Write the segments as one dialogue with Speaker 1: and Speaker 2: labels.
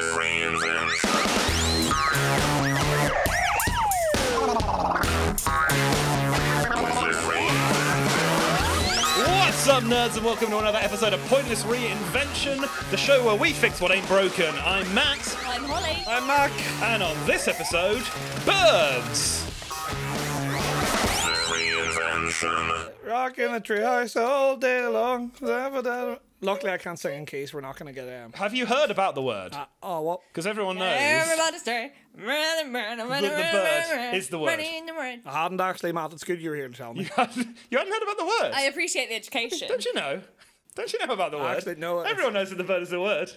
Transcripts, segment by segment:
Speaker 1: Friends and
Speaker 2: What's up, nerds, and welcome to another episode of Pointless Reinvention, the show where we fix what ain't broken. I'm Matt.
Speaker 3: I'm Holly.
Speaker 2: I'm Mark. And on this episode, birds.
Speaker 1: Reinvention.
Speaker 4: Rocking the treehouse all day long. Luckily, I can't sing in keys. We're not going to get um.
Speaker 2: Have you heard about the word?
Speaker 4: Oh well.
Speaker 2: Because everyone knows.
Speaker 3: Everybody's story. The,
Speaker 2: bird is the word.
Speaker 4: I hadn't actually, Matt. It's good you were here to tell me.
Speaker 2: you hadn't heard about the word.
Speaker 3: I appreciate the education.
Speaker 2: Don't you know? Don't you know about the word?
Speaker 4: actually know it.
Speaker 2: Everyone knows that the bird is the word.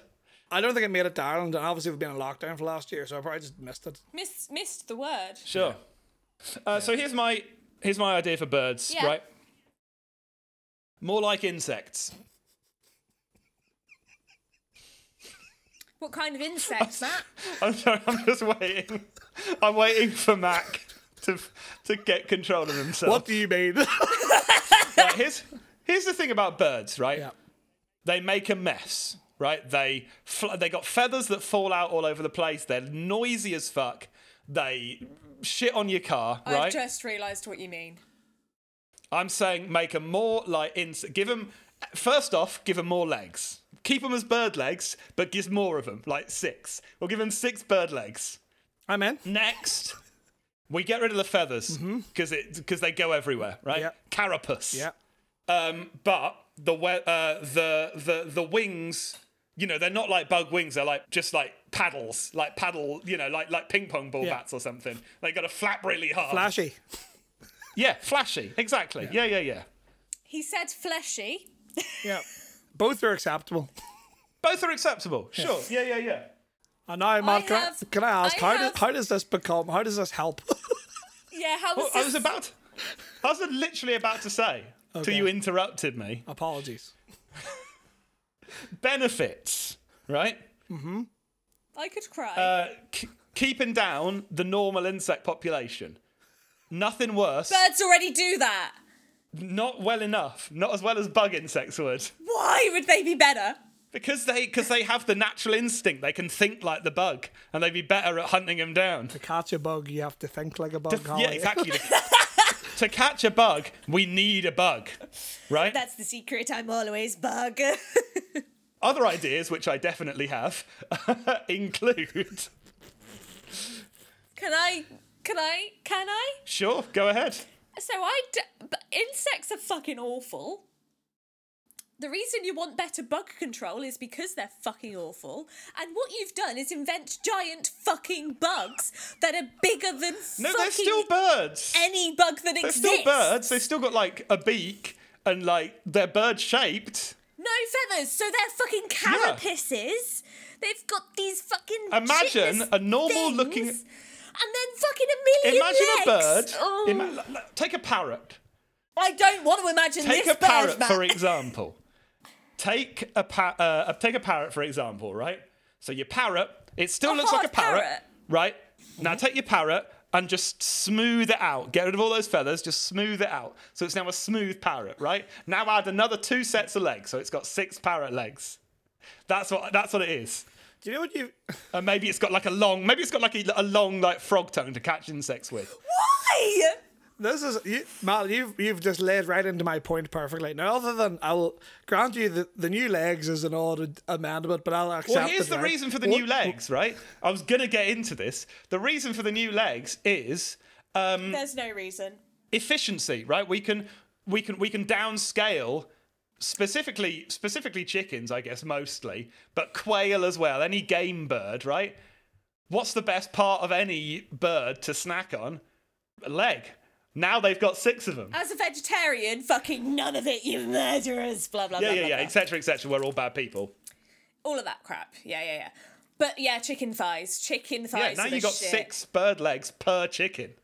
Speaker 4: I don't think I made it to Ireland, and obviously we've been in lockdown for last year, so I probably just missed it.
Speaker 3: Miss, missed the word.
Speaker 2: Sure. Uh, so here's my here's my idea for birds.
Speaker 3: Yeah.
Speaker 2: Right. More like insects.
Speaker 3: What kind of insect, Matt?
Speaker 2: I'm sorry, I'm just waiting. I'm waiting for Mac to to get control of himself.
Speaker 4: What do you mean?
Speaker 2: Right, here's here's the thing about birds, right?
Speaker 4: yeah.
Speaker 2: They make a mess, right? They fl- they got feathers that fall out all over the place. They're noisy as fuck. They shit on your car,
Speaker 3: I've
Speaker 2: right?
Speaker 3: just realised what you mean.
Speaker 2: I'm saying make them more like insect. Give them first off, give them more legs. Keep them as bird legs, but give more of them, like six. We'll give them six bird legs.
Speaker 4: I'm in.
Speaker 2: Next, we get rid of the feathers because it because they go everywhere, right?
Speaker 4: Yeah.
Speaker 2: Carapace.
Speaker 4: Yeah.
Speaker 2: Um, but the we- uh, the the the wings, you know, they're not like bug wings. They're like just like paddles, like paddle, you know, like like ping pong ball
Speaker 4: Yeah.
Speaker 2: bats or something. They got to flap really hard.
Speaker 4: Flashy.
Speaker 2: Yeah, flashy. Exactly. Yeah, yeah, yeah.
Speaker 3: He said fleshy.
Speaker 4: Yeah. Both are acceptable.
Speaker 2: Both are acceptable. Sure. Yeah, yeah, yeah.
Speaker 4: And now, Matt, can, I-
Speaker 3: have-
Speaker 4: can I ask
Speaker 3: I
Speaker 4: how
Speaker 3: have-
Speaker 4: does how does this become? How does this help?
Speaker 3: Yeah, how was
Speaker 2: Oh, I was
Speaker 3: this?
Speaker 2: about. I was literally about to say till you interrupted me.
Speaker 4: Apologies.
Speaker 2: Benefits, right?
Speaker 3: I could cry.
Speaker 2: uh, k- keeping down the normal insect population. Nothing worse.
Speaker 3: Birds already do that.
Speaker 2: not well enough. Not as well as bug insects would,
Speaker 3: Why would they be better?
Speaker 2: because they because they have the natural instinct. They can think like the bug, and they'd be better at hunting them down.
Speaker 4: To catch a bug, you have to think like a bug.
Speaker 2: yeah,
Speaker 4: Holly.
Speaker 2: exactly. to catch a bug, we need a bug, right?
Speaker 3: That's the secret. I'm always bug.
Speaker 2: Other ideas, which I definitely have, include.
Speaker 3: can I? Can I? Can I?
Speaker 2: Sure, go ahead.
Speaker 3: So I, d- but insects are fucking awful. The reason you want better bug control is because they're fucking awful. And what you've done is invent giant fucking bugs that are bigger than
Speaker 2: No,
Speaker 3: fucking
Speaker 2: they're still birds.
Speaker 3: any bug that
Speaker 2: They're
Speaker 3: exists.
Speaker 2: still birds. They've still got like a beak and like they're bird shaped.
Speaker 3: No feathers, so they're fucking carapaces. They've got these fucking
Speaker 2: Imagine
Speaker 3: shitless
Speaker 2: a normal looking-
Speaker 3: things, and then fucking a million
Speaker 2: Imagine a bird.
Speaker 3: legs. Oh,
Speaker 2: Ima- l- l- take a parrot.
Speaker 3: I don't want to imagine
Speaker 2: Take
Speaker 3: this
Speaker 2: a parrot
Speaker 3: bird, Matt.
Speaker 2: for example. Take a pa- uh, take a parrot for example, right? So your parrot, it still
Speaker 3: A
Speaker 2: looks like a
Speaker 3: hard
Speaker 2: parrot,
Speaker 3: parrot.
Speaker 2: right? Now take your parrot and just smooth it out. Get rid of all those feathers. Just smooth it out. So it's now a smooth parrot, right? Now add another two sets of legs, so it's got six parrot legs. That's what that's what it is.
Speaker 4: Do you know what you?
Speaker 2: And maybe it's got like a long, maybe it's got like a, a long like frog tongue to catch insects with.
Speaker 3: Why?
Speaker 4: This is you, Matt. You've you've just laid right into my point perfectly. Now, other than I'll grant you the, the new legs is an odd amendment, but I'll accept.
Speaker 2: Well, here's
Speaker 4: it,
Speaker 2: the
Speaker 4: right?
Speaker 2: reason for the
Speaker 4: What-
Speaker 2: new legs, right? I was gonna get into this. The reason for the new legs is Mm.
Speaker 3: There's no reason.
Speaker 2: efficiency, right? We can we can we can downscale specifically specifically chickens, I guess mostly, but quail as well, any game bird, right? What's the best part of any bird to snack on? A leg. Now they've got six of them.
Speaker 3: As a vegetarian, fucking none of it, you murderers, blah, blah,
Speaker 2: Yeah,
Speaker 3: blah.
Speaker 2: yeah,
Speaker 3: blah,
Speaker 2: yeah,
Speaker 3: blah.
Speaker 2: etc., etc. We're all bad people.
Speaker 3: All of that crap. Yeah, yeah, yeah. But yeah, chicken thighs. Chicken
Speaker 2: Yeah,
Speaker 3: thighs.
Speaker 2: now
Speaker 3: are the
Speaker 2: you got
Speaker 3: shit.
Speaker 2: six bird legs per chicken.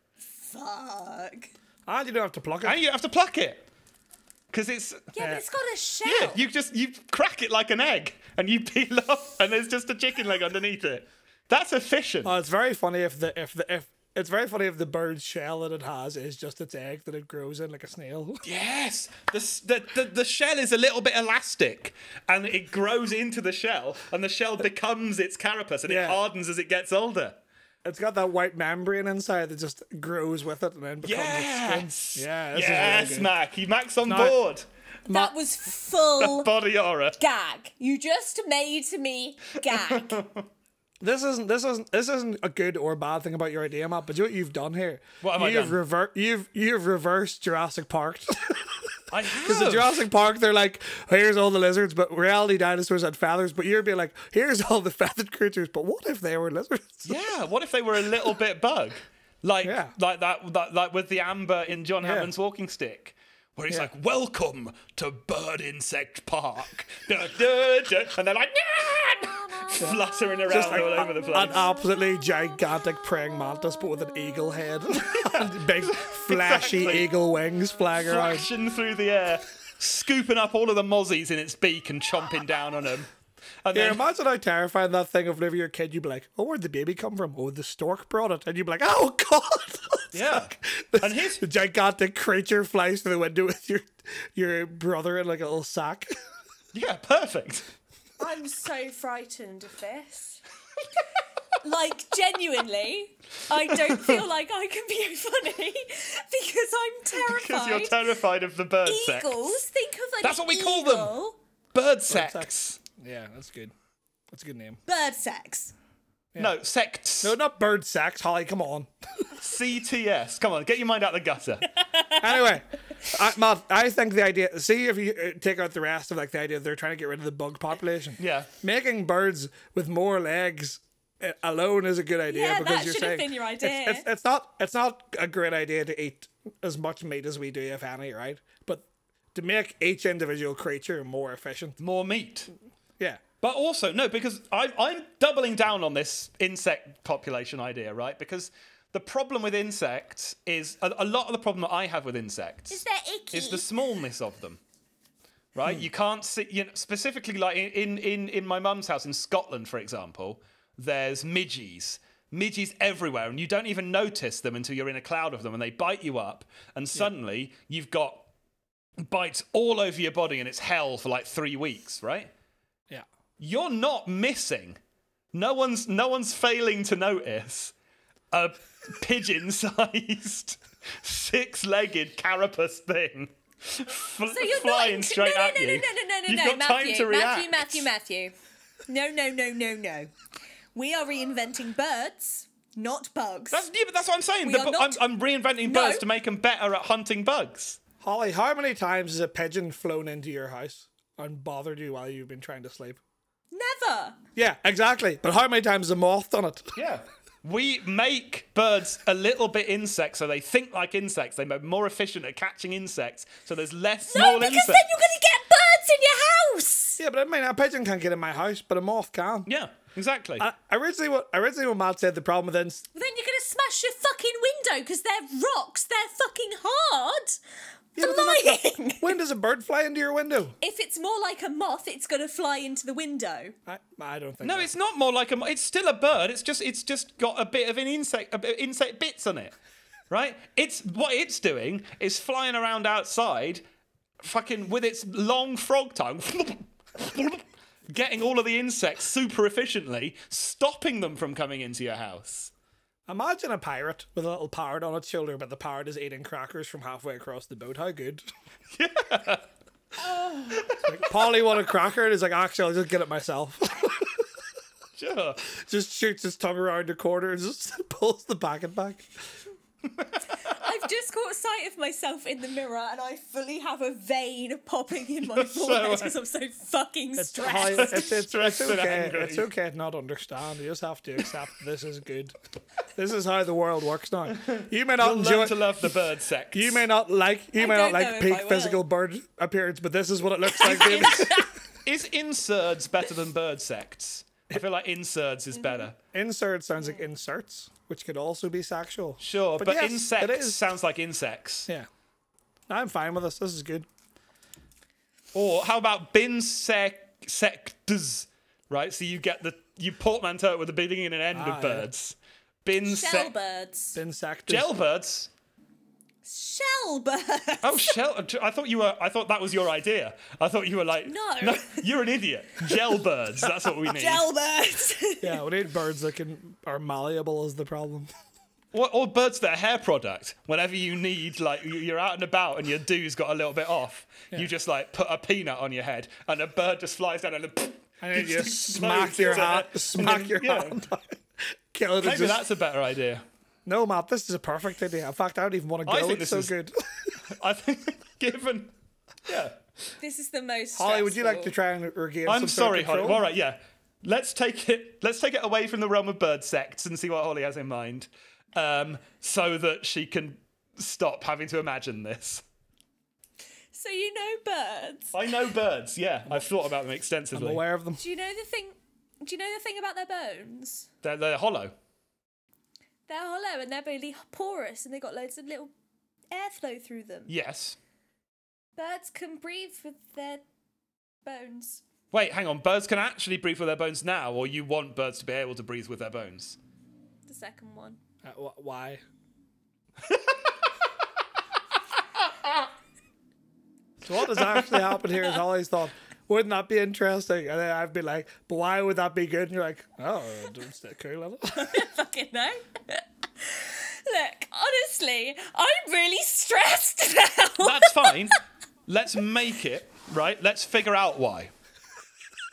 Speaker 3: Fuck.
Speaker 4: And you don't have to pluck it.
Speaker 2: And you have to pluck it. Because it's.
Speaker 3: Yeah, but it's got a shell.
Speaker 2: Yeah, you just you crack it like an egg and you peel off and there's just a chicken leg underneath it. That's efficient.
Speaker 4: Oh, it's very funny if the if the if It's very funny if the bird's shell that it has is just its egg that it grows in like a snail.
Speaker 2: Yes, the, s- the, the, the shell is a little bit elastic and it grows into the shell, and the shell becomes its carapace and
Speaker 4: Yeah.
Speaker 2: it hardens as it gets older.
Speaker 4: It's got that white membrane inside that just grows with it and then becomes its
Speaker 2: Yes!
Speaker 4: skin. Yeah, this is really
Speaker 2: yes,
Speaker 4: good.
Speaker 2: Mac. He Mac's on
Speaker 4: No.
Speaker 2: board.
Speaker 3: That was full
Speaker 2: Body aura.
Speaker 3: gag. You just made me gag.
Speaker 4: This isn't this isn't this isn't a good or bad thing about your idea, Matt. But you know what you've done here?
Speaker 2: What have I
Speaker 4: you've
Speaker 2: done?
Speaker 4: rever- you've you've reversed Jurassic Park.
Speaker 2: I
Speaker 4: Because in Jurassic Park, they're like, here's all the lizards, but reality dinosaurs had feathers. But you're being like, here's all the feathered creatures, but what if they were lizards?
Speaker 2: Yeah, what if they were a little bit bug? Like
Speaker 4: Yeah.
Speaker 2: like that, that like with the amber in John Hammond's walking stick. Where he's
Speaker 4: Yeah.
Speaker 2: like, "Welcome to Bird Insect Park," Da, da, da. and they're like, "Nyah!" fluttering around
Speaker 4: Just like
Speaker 2: all over
Speaker 4: a-
Speaker 2: the place.
Speaker 4: an absolutely gigantic praying mantis, but with an eagle head and big flashy
Speaker 2: Exactly.
Speaker 4: eagle wings flying around.
Speaker 2: flashing through the air, scooping up all of the mozzies in its beak and chomping down on them. And
Speaker 4: Yeah,
Speaker 2: then,
Speaker 4: imagine how terrifying that thing of whenever you're a kid, you'd be like, oh, where'd the baby come from? Oh, the stork brought it. And you'd be like, oh, God. It's
Speaker 2: Yeah.
Speaker 4: like this
Speaker 2: And here's-
Speaker 4: gigantic creature flies through the window with your your brother in like a little sack.
Speaker 2: yeah, perfect.
Speaker 1: I'm so frightened of this.
Speaker 3: like genuinely i don't feel like i can be funny because i'm terrified
Speaker 2: Because you're terrified of the bird sex.
Speaker 3: eagles think of an
Speaker 2: That's what we call them.
Speaker 3: eagle-
Speaker 2: Bird sex.
Speaker 4: Yeah, that's good. That's a good name.
Speaker 3: bird sex
Speaker 2: No, sects.
Speaker 4: No, not bird sex, Holly. Come on.
Speaker 2: CTS. Come on, get your mind out the gutter.
Speaker 4: anyway, I, Matt, I think the idea. See if you uh, take out the rest of like the idea they're trying to get rid of the bug population.
Speaker 2: Yeah.
Speaker 4: making birds with more legs uh, alone is a good idea
Speaker 3: Yeah,
Speaker 4: because
Speaker 3: that
Speaker 4: you're
Speaker 3: should have
Speaker 4: saying
Speaker 3: been your
Speaker 4: it's-
Speaker 3: idea.
Speaker 4: It's, it's not. It's not a great idea to eat as much meat as we do, if any, right? But to make each individual creature more efficient.
Speaker 2: More meat.
Speaker 4: Yeah.
Speaker 2: But also, no, because I, I'm doubling down on this insect population idea, right? Because the problem with insects is a, a lot of the problem that I have with insects
Speaker 3: is that icky
Speaker 2: is the smallness of them. Right? You can't see, you know, specifically like in- in, in, in my mum's house in Scotland, for example, there's midges. Midges everywhere, and you don't even notice them until you're in a cloud of them, and they bite you up, and suddenly you've got bites all over your body, and it's hell for like three weeks, right?
Speaker 4: Yeah.
Speaker 2: You're not missing. No one's no one's failing to notice a pigeon-sized, six-legged carapace thing fl- flying
Speaker 3: not,
Speaker 2: straight
Speaker 3: no,
Speaker 2: at
Speaker 3: no,
Speaker 2: you.
Speaker 3: no no no no
Speaker 2: You've
Speaker 3: no
Speaker 2: got
Speaker 3: matthew,
Speaker 2: time to react.
Speaker 3: matthew matthew matthew no no no no no we are reinventing birds not bugs
Speaker 2: That's, yeah, but that's what I'm saying.
Speaker 3: We
Speaker 2: The
Speaker 3: are
Speaker 2: bu-
Speaker 3: not-
Speaker 2: I'm, I'm reinventing
Speaker 3: No.
Speaker 2: birds to make them better at hunting bugs.
Speaker 4: Holly, how many times has a pigeon flown into your house and bothered you while you've been trying to sleep?
Speaker 3: never
Speaker 4: Yeah, exactly. But how many times has a moth done it?
Speaker 2: Yeah. We make birds a little bit insects, so they think like insects. They're more efficient at catching insects, so there's less
Speaker 3: no
Speaker 2: small
Speaker 3: because
Speaker 2: insects.
Speaker 3: then you're gonna get birds in your house
Speaker 4: Yeah, but I mean, a pigeon can't get in my house, but a moth can.
Speaker 2: Yeah, exactly.
Speaker 4: I, originally, what originally what Matt said, the problem with ins-
Speaker 3: Well, then you're gonna smash your fucking window because they're rocks. They're fucking hard.
Speaker 4: Yeah, but
Speaker 3: They're lying.
Speaker 4: when does a bird fly into your window?
Speaker 3: if it's more like a moth, it's gonna fly into the window.
Speaker 4: I, I don't think.
Speaker 2: no,
Speaker 4: that-
Speaker 2: it's not more like a. mo- It's still a bird. It's just it's just got a bit of an insect a bit insect bits on it, right? It's what it's doing is flying around outside, fucking with its long frog tongue, getting all of the insects super efficiently, stopping them from coming into your house.
Speaker 4: Imagine a pirate with a little parrot on its shoulder, but the parrot is eating crackers from halfway across the boat. How good? Yeah. like, Polly want a cracker, and he's like, actually, I'll just get it myself.
Speaker 2: Sure.
Speaker 4: just shoots his tongue around a corner and just pulls the packet back.
Speaker 3: I've just caught sight of myself in the mirror, and I fully have a vein popping in my
Speaker 2: so
Speaker 4: uh,
Speaker 3: forehead
Speaker 2: right.
Speaker 3: because I'm so fucking
Speaker 4: Holly,
Speaker 3: stressed.
Speaker 4: it's, it's, it's
Speaker 2: Stressed and
Speaker 4: okay.
Speaker 2: angry.
Speaker 4: It's okay to not understand. You just have to accept this is good. This is how the world works now. You may not enjoy
Speaker 2: Learn
Speaker 4: it.
Speaker 2: to love the bird sex.
Speaker 4: You may not like you may
Speaker 3: don't
Speaker 4: not
Speaker 3: know
Speaker 4: like
Speaker 3: if
Speaker 4: peak
Speaker 3: I will.
Speaker 4: physical bird appearance, but this is what it looks like. baby.
Speaker 2: Is inserts better than bird sects? I feel like inserts is better.
Speaker 4: Insert sounds like inserts, which could also be sexual.
Speaker 2: Sure, but,
Speaker 4: yes,
Speaker 2: insects
Speaker 4: it is.
Speaker 2: sounds like insects.
Speaker 4: yeah, I'm fine with this. This is good.
Speaker 2: Or how about bin sec- sectors? Right, so you get the you portmanteau it with the beginning and an end
Speaker 4: Ah,
Speaker 2: of
Speaker 4: yeah.
Speaker 2: birds. Bin
Speaker 3: Shell
Speaker 2: se-
Speaker 3: birds.
Speaker 4: Insectors.
Speaker 2: Jailbirds.
Speaker 3: Shell birds.
Speaker 2: Oh, shell. I thought you were. I thought that was your idea. I thought you were like,
Speaker 3: No.
Speaker 2: you're an idiot. Jailbirds. That's what we need.
Speaker 3: Shell birds.
Speaker 4: Yeah, we need birds that can are malleable is the problem.
Speaker 2: Or, or birds that are hair product. Whenever you need, like, you- you're out and about and your dew's got a little bit off, you just like put a peanut on your head, and a bird just flies down and. then
Speaker 4: And then you
Speaker 2: just
Speaker 4: smack
Speaker 2: explodes
Speaker 4: your
Speaker 2: into
Speaker 4: hand,
Speaker 2: it.
Speaker 4: smack your
Speaker 2: yeah.
Speaker 4: hand. Kill it. and
Speaker 2: Maybe
Speaker 4: just-
Speaker 2: that's a better idea.
Speaker 4: No, Matt, this is a perfect idea. In fact, I don't even want to go.
Speaker 2: I think this
Speaker 4: it's so
Speaker 2: is-
Speaker 4: good.
Speaker 2: I think, given. Yeah.
Speaker 3: this is the most.
Speaker 4: Holly, would you like to
Speaker 3: stressful.
Speaker 4: try and regain?
Speaker 2: I'm
Speaker 4: some sort of
Speaker 2: sorry, Holly.
Speaker 4: control?
Speaker 2: All right, yeah. Let's take it. Let's take it away from the realm of bird sects and see what Holly has in mind, um, so that she can stop having to imagine this.
Speaker 3: So you know birds.
Speaker 2: I know birds. Yeah, I've thought about them
Speaker 4: I'm
Speaker 2: extensively.
Speaker 4: aware of them.
Speaker 3: Do you know the thing? Do you know the thing about their bones?
Speaker 2: They're, they're hollow.
Speaker 3: They're hollow and they're really porous, and they got loads of little airflow through them.
Speaker 2: Yes.
Speaker 3: Birds can breathe with their bones.
Speaker 2: Wait, hang on. Birds can actually breathe with their bones now, or you want birds to be able to breathe with their bones?
Speaker 3: The second one.
Speaker 4: Uh, wh- why? so what has actually happened here is Holly's thought, wouldn't that be interesting? And then I'd be like, but why would that be good? And you're like, oh, it's that cool. isn't it?"
Speaker 3: Fucking no. Look, honestly, I'm really stressed now.
Speaker 2: That's fine. Let's make it right. Let's figure out why.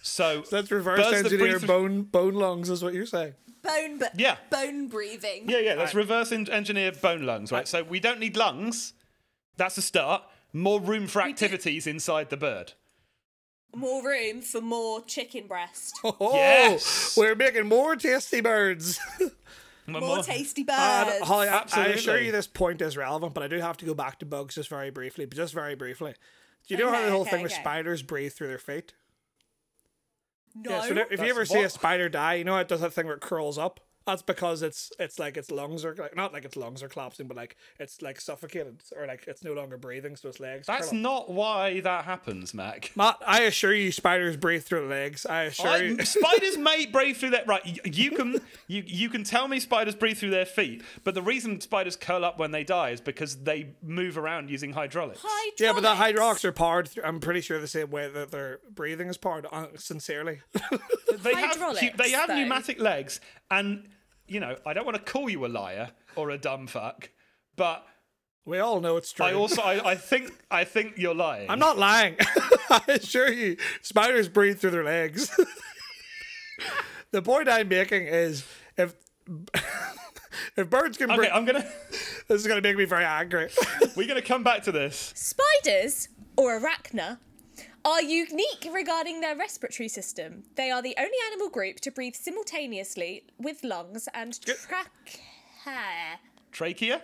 Speaker 2: So,
Speaker 4: Let's reverse
Speaker 2: birds that
Speaker 4: engineer
Speaker 2: breathe-
Speaker 4: bone bone lungs is what you're saying.
Speaker 3: bone, but
Speaker 2: Yeah.
Speaker 3: bone breathing.
Speaker 2: Yeah, yeah. Let's reverse en- engineer bone lungs, right? So we don't need lungs. That's a start. More room for
Speaker 3: do.
Speaker 2: activities inside the bird.
Speaker 3: More room for more chicken breast.
Speaker 4: Oh,
Speaker 2: Yes.
Speaker 4: we're making more tasty birds.
Speaker 2: More,
Speaker 3: More tasty
Speaker 4: And,
Speaker 3: birds.
Speaker 4: Holly, I, I assure
Speaker 2: Absolutely.
Speaker 4: you this point is relevant, but I do have to go back to bugs just very briefly, but just very briefly. Do you know how
Speaker 3: Okay,
Speaker 4: the whole
Speaker 3: okay,
Speaker 4: thing with
Speaker 3: okay.
Speaker 4: spiders breathe through their feet?
Speaker 3: no.
Speaker 4: Yeah, so there- if you
Speaker 2: That's
Speaker 4: ever see a
Speaker 2: what-
Speaker 4: spider die, you know how it does that thing where it curls up. That's because it's it's like its lungs are like, not like its lungs are collapsing, but like it's like suffocated or like it's no longer breathing, so its legs.
Speaker 2: That's
Speaker 4: curl up.
Speaker 2: not why that happens, Mac.
Speaker 4: Matt, I assure you, spiders breathe through their legs. I assure
Speaker 2: I-
Speaker 4: you.
Speaker 2: spiders may breathe through their right. y- You can you you can tell me spiders breathe through their feet, but the reason spiders curl up when they die is because they move around using hydraulics.
Speaker 3: Hydraulics.
Speaker 4: Yeah, but the hydraulics are powered. Through, I'm pretty sure the same way that their breathing is powered. Uh, sincerely,
Speaker 2: they have
Speaker 3: Hydraulics,
Speaker 2: they have
Speaker 3: though.
Speaker 2: pneumatic legs, and you know I don't want to call you a liar or a dumb fuck, but
Speaker 4: we all know it's true.
Speaker 2: I also I, I think I think you're lying.
Speaker 4: I'm not lying. I assure you, spiders breathe through their legs. the point I'm making is if if birds can breathe,
Speaker 2: Okay, I'm gonna
Speaker 4: this is gonna make me very angry.
Speaker 2: we're gonna come back to this.
Speaker 3: Spiders, or arachna, are unique regarding their respiratory system. They are the only animal group to breathe simultaneously with lungs and trachea.
Speaker 2: Trachea?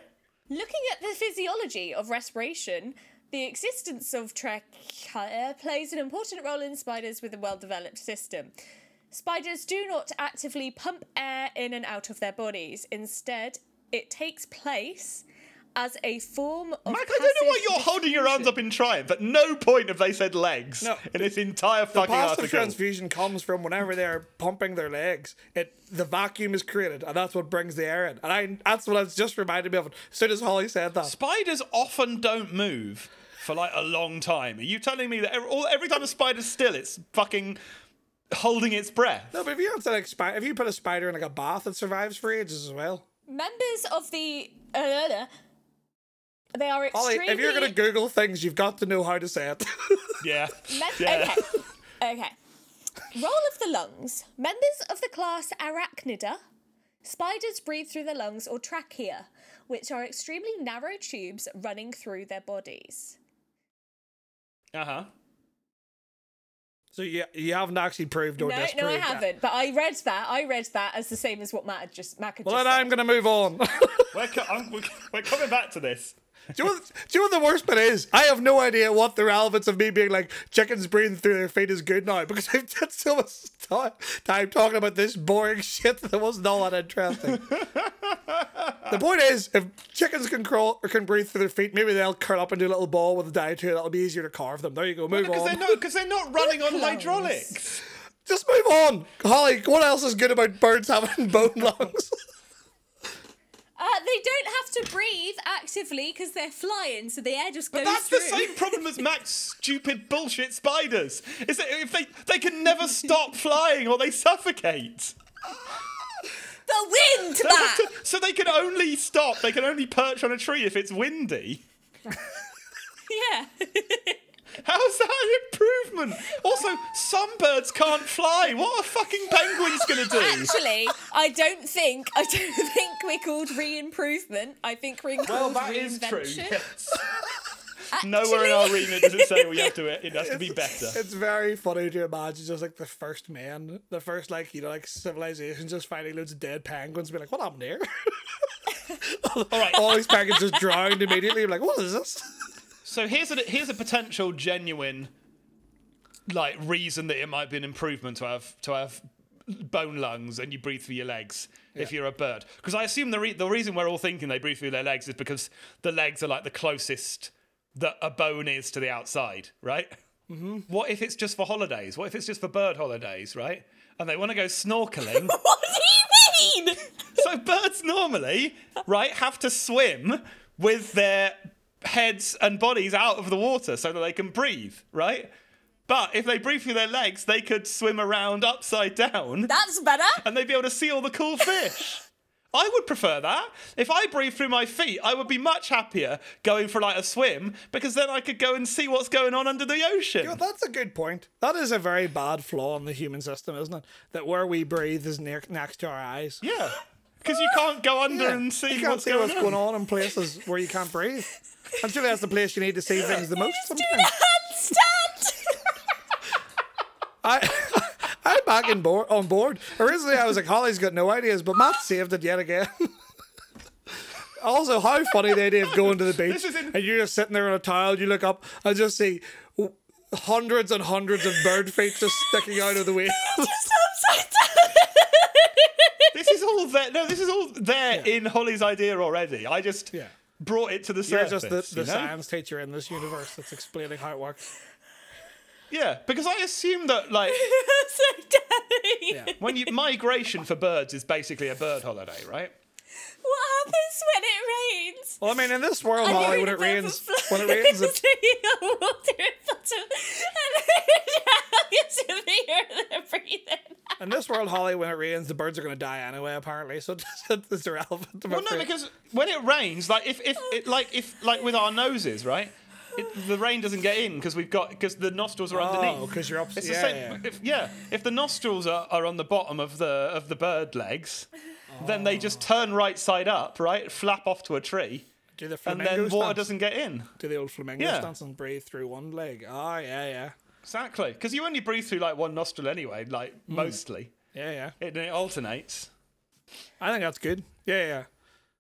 Speaker 3: Looking at the physiology of respiration, the existence of trachea plays an important role in spiders with a well developed system. Spiders do not actively pump air in and out of their bodies. Instead, it takes place as a form of.
Speaker 2: Mac, I don't know why
Speaker 3: passive
Speaker 2: you're holding your arms
Speaker 3: diffusion.
Speaker 2: up in triumph. At no point have they said legs
Speaker 4: No.
Speaker 2: in this entire fucking
Speaker 4: Passive
Speaker 2: article.
Speaker 4: transfusion comes from whenever they are pumping their legs. It the vacuum is created, and that's what brings the air in. And I that's what I was just reminded me of. As soon as Holly said that,
Speaker 2: Spiders often don't move for like a long time. Are you telling me that every, all, every time a spider's still, it's fucking holding its breath?
Speaker 4: no, but if you answer like spider, if you put a spider in like a bath, it survives for ages as well.
Speaker 3: Members of the. Uh, they are
Speaker 4: Holly,
Speaker 3: extremely.
Speaker 4: if you're gonna Google things, you've got to know how to say it.
Speaker 2: Yeah.
Speaker 3: Mem-
Speaker 2: yeah.
Speaker 3: Okay. Okay. Role of the lungs. Members of the class Arachnida, spiders breathe through their lungs or trachea, which are extremely narrow tubes running through their bodies.
Speaker 2: Uh huh.
Speaker 4: so you you haven't actually proved or
Speaker 3: no,
Speaker 4: disproved.
Speaker 3: no, I
Speaker 4: that.
Speaker 3: haven't. But I read that. I read that as the same as what Matt had just Matt had
Speaker 4: Well,
Speaker 3: just
Speaker 4: then I'm
Speaker 3: said.
Speaker 4: going to move on. do,
Speaker 2: We're, co- I'm, we're, we're coming back to this.
Speaker 4: you know, what- do you know what the worst bit is? I have no idea what the relevance of me being like, chickens breathing through their feet is good now because I've spent so much time, time talking about this boring shit that wasn't all that interesting. the point is, if chickens can crawl or can breathe through their feet, maybe they'll curl up and do a little ball with a die too. That'll be easier to carve them. There you go. Move
Speaker 2: Because
Speaker 4: on.
Speaker 2: they're not, because they're not running on
Speaker 3: Close.
Speaker 2: hydraulics.
Speaker 4: Just move on. Holly, what else is good about birds having bone lungs?
Speaker 3: Uh, they don't have to breathe actively because they're flying, so the air just goes
Speaker 2: That's
Speaker 3: through.
Speaker 2: the same problem as Mac's stupid bullshit spiders. Is that if they they can never stop flying or they suffocate.
Speaker 3: The wind, Matt.
Speaker 2: So they can only stop. They can only perch on a tree if it's windy.
Speaker 3: yeah.
Speaker 2: How is that an improvement? Also, some birds can't fly. What are fucking penguins gonna do?
Speaker 3: Actually, I don't think I don't think we're called re-improvement. I think we're called
Speaker 2: Well, that is true.
Speaker 3: reinvention.
Speaker 2: yes. Nowhere in our
Speaker 3: Actually-
Speaker 2: remit does it say we have to. It has to be better.
Speaker 4: It's very funny to imagine just like the first man, the first like you know like civilization just finding loads of dead penguins, be like, what happened here?
Speaker 2: All right.
Speaker 4: All these penguins just drowned immediately. I'm like, what is this?
Speaker 2: So here's a here's a potential genuine like reason that it might be an improvement to have to have bone lungs and you breathe through your legs if you're a bird. Because I assume the re- the reason we're all thinking they breathe through their legs is because the legs are like the closest that a bone is to the outside, right? Mm-hmm. What if it's just for holidays? What if it's just for bird holidays, right? And they want to go snorkeling.
Speaker 3: What do you mean?
Speaker 2: So birds normally, right, have to swim with their heads and bodies out of the water so that they can breathe, right? But if they breathe through their legs, they could swim around upside down
Speaker 3: That's better.
Speaker 2: and they'd be able to see all the cool fish. I would prefer that. If I breathe through my feet, I would be much happier going for like a swim because then I could go and see what's going on under the ocean.
Speaker 4: But that's a good point. That is a very bad flaw in the human system, isn't it? That where we breathe is near, next to our eyes.
Speaker 2: yeah. Because you can't go under and see
Speaker 4: you can't
Speaker 2: what's
Speaker 4: see
Speaker 2: going
Speaker 4: what's
Speaker 2: on.
Speaker 4: going on in places where you can't breathe. I'm sure that's the place you need to see things the most. Sometimes.
Speaker 3: Handstand.
Speaker 4: I, I'm back in board, on board. Originally, I was like, Holly's got no ideas, but Matt saved it yet again. also, how funny the idea of going to the beach
Speaker 2: This is in-
Speaker 4: and you're just sitting there on a tile, you look up and just see w- hundreds and hundreds of bird feet just sticking out of the way.
Speaker 3: Just upside down.
Speaker 2: this is all there. No, this is all there in Holly's idea already. I just
Speaker 4: Yeah.
Speaker 2: brought it to the
Speaker 4: You're
Speaker 2: surface.
Speaker 4: just the, the
Speaker 2: you know?
Speaker 4: science teacher in this universe that's explaining how it works.
Speaker 2: Yeah, because I assume that like
Speaker 3: Upside down.
Speaker 4: Yeah.
Speaker 2: when you migration for birds is basically a bird holiday, right?
Speaker 3: What happens when it rains?
Speaker 4: Well, I mean, in this world,
Speaker 3: And
Speaker 4: Holly,
Speaker 3: you're
Speaker 4: Oh, when
Speaker 3: in a bit of a
Speaker 4: it rains,
Speaker 3: flood.
Speaker 4: when it rains,
Speaker 3: So
Speaker 4: it's
Speaker 3: you don't want to bottom, and then it's in the air and they're breathing.
Speaker 4: in this world, Holly, when it rains, the birds are going to die anyway, apparently. So it's irrelevant. to my
Speaker 2: Well, no,
Speaker 4: friend.
Speaker 2: because when it rains, like if if it, like if like with our noses, right? It, the rain doesn't get in because we've got because the nostrils are
Speaker 4: Oh,
Speaker 2: underneath.
Speaker 4: because you're upset.
Speaker 2: It's the same. If, yeah, if the nostrils are, are on the bottom of the of the bird legs, then
Speaker 4: Oh.
Speaker 2: they just turn right side up, right, flap off to a tree,
Speaker 4: Do the
Speaker 2: and
Speaker 4: flamingo
Speaker 2: then water
Speaker 4: stance.
Speaker 2: doesn't get in.
Speaker 4: do the old flamingo
Speaker 2: Yeah.
Speaker 4: stance and breathe through one leg. Oh yeah, yeah,
Speaker 2: Exactly, because you only breathe through like one nostril anyway, like mostly.
Speaker 4: yeah, yeah.
Speaker 2: It, it alternates.
Speaker 4: I think that's good. Yeah, yeah, yeah.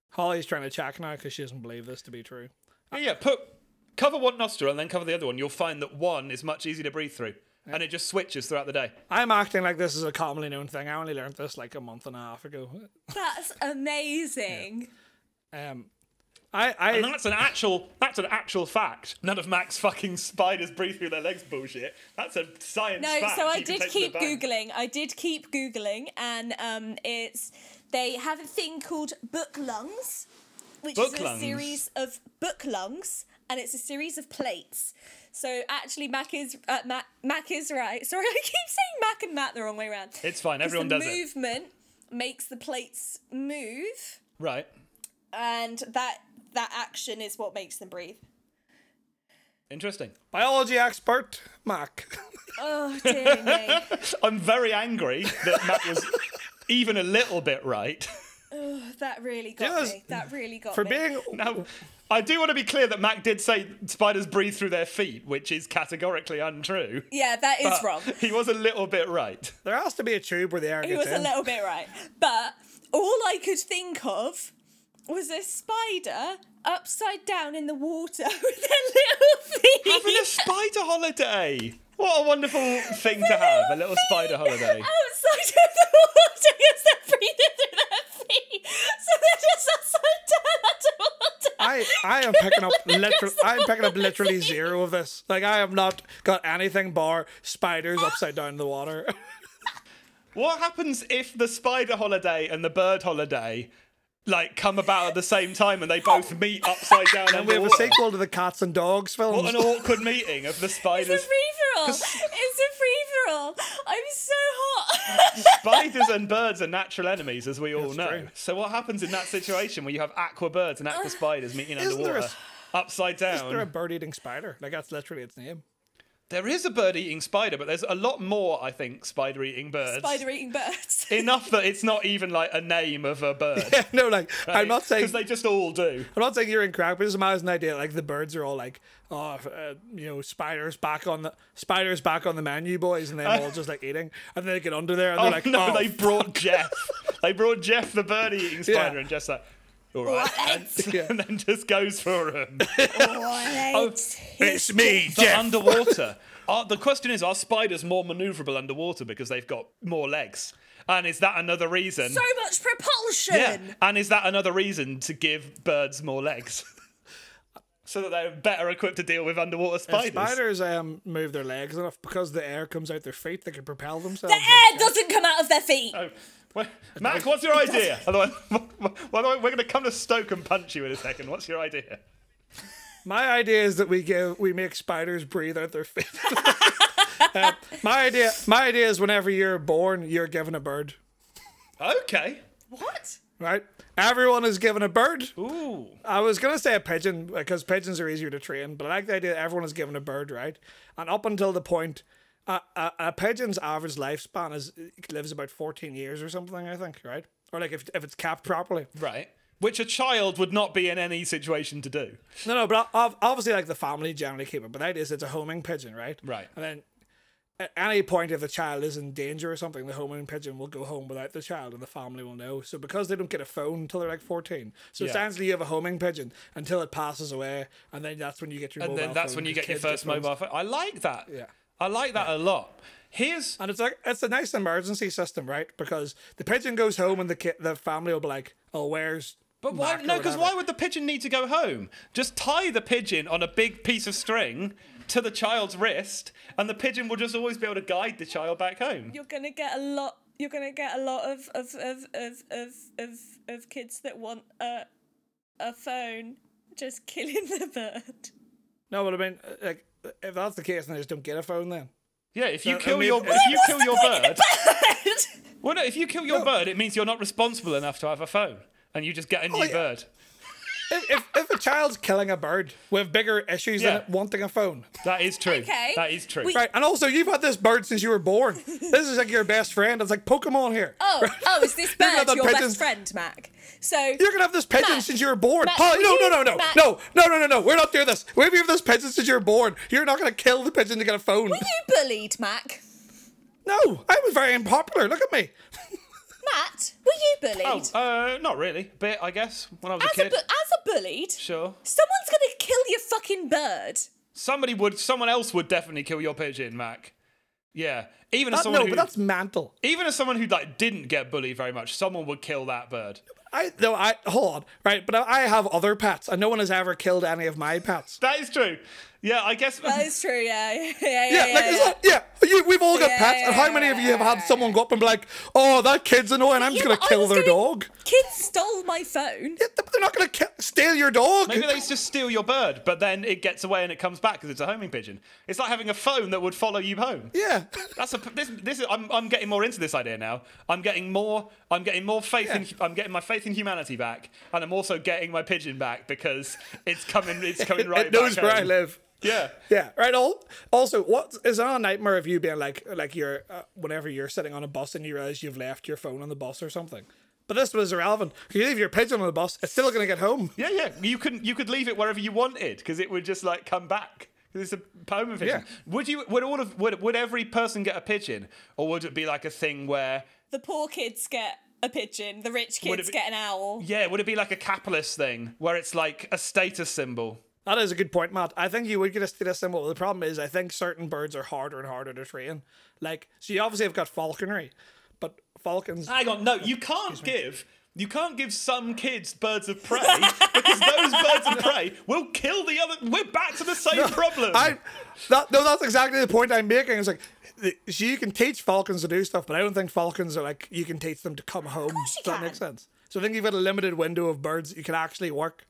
Speaker 4: Holly's trying to check now because she doesn't believe this to be true.
Speaker 2: Yeah, yeah, put cover one nostril and then cover the other one. You'll find that one is much easier to breathe through, and it just switches throughout the day.
Speaker 4: I'm acting like this is a commonly known thing. I only learned this like a month and a half ago.
Speaker 3: That's amazing.
Speaker 4: Um, I, I,
Speaker 2: And that's an actual that's an actual fact. None of Max fucking spiders breathe through their legs bullshit. That's a science
Speaker 3: No,
Speaker 2: fact.
Speaker 3: so I
Speaker 2: you can
Speaker 3: did
Speaker 2: take to the
Speaker 3: keep
Speaker 2: bank.
Speaker 3: googling. I did keep googling, and um, it's they have a thing called book lungs, which
Speaker 2: Book
Speaker 3: is a
Speaker 2: lungs?
Speaker 3: series of book lungs, and it's a series of plates. So actually, Mac is uh, Mac, Mac is right. Sorry, I keep saying Mac and Matt the wrong way around.
Speaker 2: It's fine, everyone
Speaker 3: the
Speaker 2: does it.
Speaker 3: Movement makes the plates move,
Speaker 2: Right.
Speaker 3: and that that action is what makes them breathe.
Speaker 2: Interesting.
Speaker 4: biology expert Mac.
Speaker 3: Oh dear me.
Speaker 2: I'm very angry that Matt was even a little bit right.
Speaker 3: That really got
Speaker 4: Yes.
Speaker 3: me. That really got
Speaker 4: For
Speaker 3: me.
Speaker 4: being
Speaker 2: Now, I do want to be clear that Mac did say spiders breathe through their feet, which is categorically untrue. Uh,
Speaker 3: yeah, that is wrong.
Speaker 2: He was a little bit right.
Speaker 4: there has to be a tube where the air
Speaker 3: He
Speaker 4: gets
Speaker 3: was a
Speaker 4: in.
Speaker 3: little bit right. But all I could think of was a spider upside down in the water with their little
Speaker 2: Having a
Speaker 3: feet
Speaker 2: spider holiday. What a wonderful thing to have, a little spider holiday.
Speaker 3: outside of the water because they're breathing through their feet. So they're just upside down underwater.
Speaker 4: I, I am picking up literally I'm picking up literally zero of this. Like I have not got anything bar spiders upside down in the water.
Speaker 2: What happens if the spider holiday and the bird holiday like come about at the same time and they both meet upside down
Speaker 4: And we have a
Speaker 2: underwater.
Speaker 4: sequel to the cats and dogs films.
Speaker 2: What an awkward meeting of the
Speaker 3: It's
Speaker 2: spiders,
Speaker 3: a free for all. It's a free for all. I'm so hot.
Speaker 2: spiders and birds are natural enemies, as we all
Speaker 4: That's
Speaker 2: know.
Speaker 4: true.
Speaker 2: So what happens in that situation where you have aqua birds and aqua spiders meeting
Speaker 4: Isn't there a
Speaker 2: underwater,
Speaker 4: s-
Speaker 2: upside down?
Speaker 4: They're a bird-eating spider. Like that's literally its name.
Speaker 2: There is a bird-eating spider, but there's a lot more, I think, spider-eating birds.
Speaker 3: Spider eating birds.
Speaker 2: Enough that it's not even like a name of a bird.
Speaker 4: no, like I'm not saying
Speaker 2: because they just all do.
Speaker 4: I'm not saying you're incorrect, but just imagine the idea like the birds are all like, oh, f- uh, you know, spiders back on the spiders back on the menu, boys, and they're all just like eating, and they get under there and
Speaker 2: Oh
Speaker 4: they're like,
Speaker 2: no,
Speaker 4: oh,
Speaker 2: they brought Jeff. They brought Jeff the bird-eating spider,
Speaker 4: Yeah.
Speaker 2: and Jeff's like, all right, and,
Speaker 4: Yeah.
Speaker 2: and then just goes for him.
Speaker 3: What?
Speaker 4: Oh, it's me,
Speaker 2: But
Speaker 4: Jeff.
Speaker 2: underwater, are, the question is: Are spiders more manoeuvrable underwater because they've got more legs? And is that another reason?
Speaker 3: so much propulsion.
Speaker 2: yeah. And is that another reason to give birds more legs, so that they're better equipped to deal with underwater spiders?
Speaker 4: spiders um move their legs enough because the air comes out their feet, they can propel themselves.
Speaker 3: The air doesn't come out of their feet.
Speaker 2: Oh, well, Mac, what's your idea? Otherwise, well, we're going to come to Stoke and punch you in a second. What's your idea?
Speaker 4: My idea is that we give we make spiders breathe out their feet. Uh, my idea, my idea is whenever you're born, you're given a bird,
Speaker 2: Okay.
Speaker 3: What?
Speaker 4: right? Everyone is given a bird.
Speaker 2: Ooh.
Speaker 4: I was gonna say a pigeon because pigeons are easier to train, but I like the idea that everyone is given a bird, right? And up until the point, a, a, a pigeon's average lifespan is it lives about fourteen years or something, I think, right? Or like if, if it's capped properly.
Speaker 2: Right. Which a child would not be in any situation to do.
Speaker 4: No, no, but ob- obviously, like the family generally keep it, but the idea is it's a homing pigeon, right?
Speaker 2: Right.
Speaker 4: And then at any point, if the child is in danger or something, the homing pigeon will go home without the child, and the family will know. So because they don't get a phone until they're like fourteen, so
Speaker 2: Yeah.
Speaker 4: essentially you have a homing pigeon until it passes away, and then that's when you get your
Speaker 2: And
Speaker 4: mobile
Speaker 2: then that's when
Speaker 4: phone,
Speaker 2: you
Speaker 4: 'cause
Speaker 2: get your
Speaker 4: kids get
Speaker 2: first
Speaker 4: phones.
Speaker 2: mobile phone. I like that.
Speaker 4: Yeah.
Speaker 2: I like that a lot. Here's
Speaker 4: And it's like it's a nice emergency system, right? Because the pigeon goes home, and the ki- the family will be like, "Oh, where's?"
Speaker 2: But why?
Speaker 4: Mac or
Speaker 2: No, because
Speaker 4: whatever?"
Speaker 2: why would the pigeon need to go home? Just tie the pigeon on a big piece of string to the child's wrist, and the pigeon will just always be able to guide the child back home.
Speaker 3: You're gonna get a lot. You're gonna get a lot of of of of of of, of kids that want a a phone. Just killing the bird.
Speaker 4: No, but I mean, like, if that's the case, then they just don't get a phone then.
Speaker 2: Yeah, if you
Speaker 4: So, I
Speaker 2: kill
Speaker 4: mean,
Speaker 2: your
Speaker 4: if-
Speaker 2: if you kill your bird, well, no, if you kill your bird, it means you're not responsible enough to have a phone, and you just get a new
Speaker 4: yeah.
Speaker 2: bird.
Speaker 4: if, if, if a child's killing a bird, we have bigger issues
Speaker 2: Yeah.
Speaker 4: than it wanting a phone.
Speaker 2: That is true.
Speaker 3: Okay.
Speaker 2: That is true.
Speaker 3: We-
Speaker 4: Right. And also, you've had this bird since you were born. This is like your best friend. It's like Pokemon here.
Speaker 3: Oh, oh, is this
Speaker 4: You're gonna
Speaker 3: bird
Speaker 4: have
Speaker 3: your
Speaker 4: pigeons-
Speaker 3: best friend, Mac? So
Speaker 4: You're gonna have this pigeon
Speaker 3: Matt,
Speaker 4: since you were born.
Speaker 3: Matt,
Speaker 4: Polly,
Speaker 3: will
Speaker 4: no, no,
Speaker 3: you-
Speaker 4: no, no,
Speaker 3: Matt-
Speaker 4: no, no, no, no, no. We're not doing this. We've given this pigeon since you were born. You're not gonna kill the pigeon to get a phone.
Speaker 3: you bullied, Mac.
Speaker 4: No, I was very unpopular. Look at me.
Speaker 3: Matt, were you bullied?
Speaker 2: Oh, uh, not really. Bit, I guess, when I was a
Speaker 3: as, a
Speaker 2: kid.
Speaker 3: bu- as a bullied,
Speaker 2: sure.
Speaker 3: someone's gonna kill your fucking bird.
Speaker 2: Somebody would. Someone else would definitely kill your pigeon, Mac. Yeah. Even as
Speaker 4: That,
Speaker 2: someone
Speaker 4: Uh, no,
Speaker 2: who
Speaker 4: but that's mantle.
Speaker 2: even as someone who like didn't get bullied very much, someone would kill that bird.
Speaker 4: I no, I hold on. Right, but I have other pets, and no one has ever killed any of my pets.
Speaker 2: That is true. Yeah, I guess.
Speaker 3: That is true. Yeah, yeah, yeah.
Speaker 4: Yeah,
Speaker 3: yeah,
Speaker 4: like it's not, yeah. You, we've all got
Speaker 3: Yeah,
Speaker 4: pets, and how many of you have had someone go up and be like, "Oh, that kid's annoying. I'm just
Speaker 3: Yeah,
Speaker 4: gonna
Speaker 3: but I
Speaker 4: kill
Speaker 3: was
Speaker 4: their
Speaker 3: gonna-
Speaker 4: dog."
Speaker 3: Kids stole my phone.
Speaker 4: Yeah, but they're not gonna ki- steal your dog.
Speaker 2: Maybe they just steal your bird, but then it gets away and it comes back because it's a homing pigeon. It's like having a phone that would follow you home.
Speaker 4: yeah,
Speaker 2: That's a this this is I'm I'm getting more into this idea now. I'm getting more I'm getting more faith in I'm getting my faith in humanity back, and I'm also getting my pigeon back because it's coming it's coming right.
Speaker 4: it knows
Speaker 2: back
Speaker 4: where I
Speaker 2: home.
Speaker 4: live.
Speaker 2: Yeah.
Speaker 4: Yeah, right. All, also, what is not a nightmare of you being like, like you're uh, whenever you're sitting on a bus and you realize you've left your phone on the bus or something. But this was irrelevant. If you leave your pigeon on the bus, it's still gonna get home.
Speaker 2: Yeah, yeah. You could you could leave it wherever you wanted because it would just like come back. 'Cause It's a poem pigeon.
Speaker 4: Yeah.
Speaker 2: Would you? Would all of? Would would every person get a pigeon, or would it be like a thing where?
Speaker 3: The poor kids get a pigeon. The rich
Speaker 2: Would it
Speaker 3: kids
Speaker 2: be-
Speaker 3: get an owl.
Speaker 2: Yeah, would it be like a capitalist thing where it's like a status symbol?
Speaker 4: That is a good point, Matt. I think you would get a status symbol. The problem is, I think certain birds are harder and harder to train. Like, so you obviously have got falconry, but falcons.
Speaker 2: Hang on, no, you can't give. You can't give some kids birds of prey because those birds of prey will kill the other. We're back to the same problem.
Speaker 4: I that no, that's exactly the point I'm making. It's like the, so you can teach falcons to do stuff, but I don't think falcons are like you can teach them to come home.
Speaker 3: course you
Speaker 4: Does that
Speaker 3: can.
Speaker 4: make sense? So I think you've got a limited window of birds that you can actually work.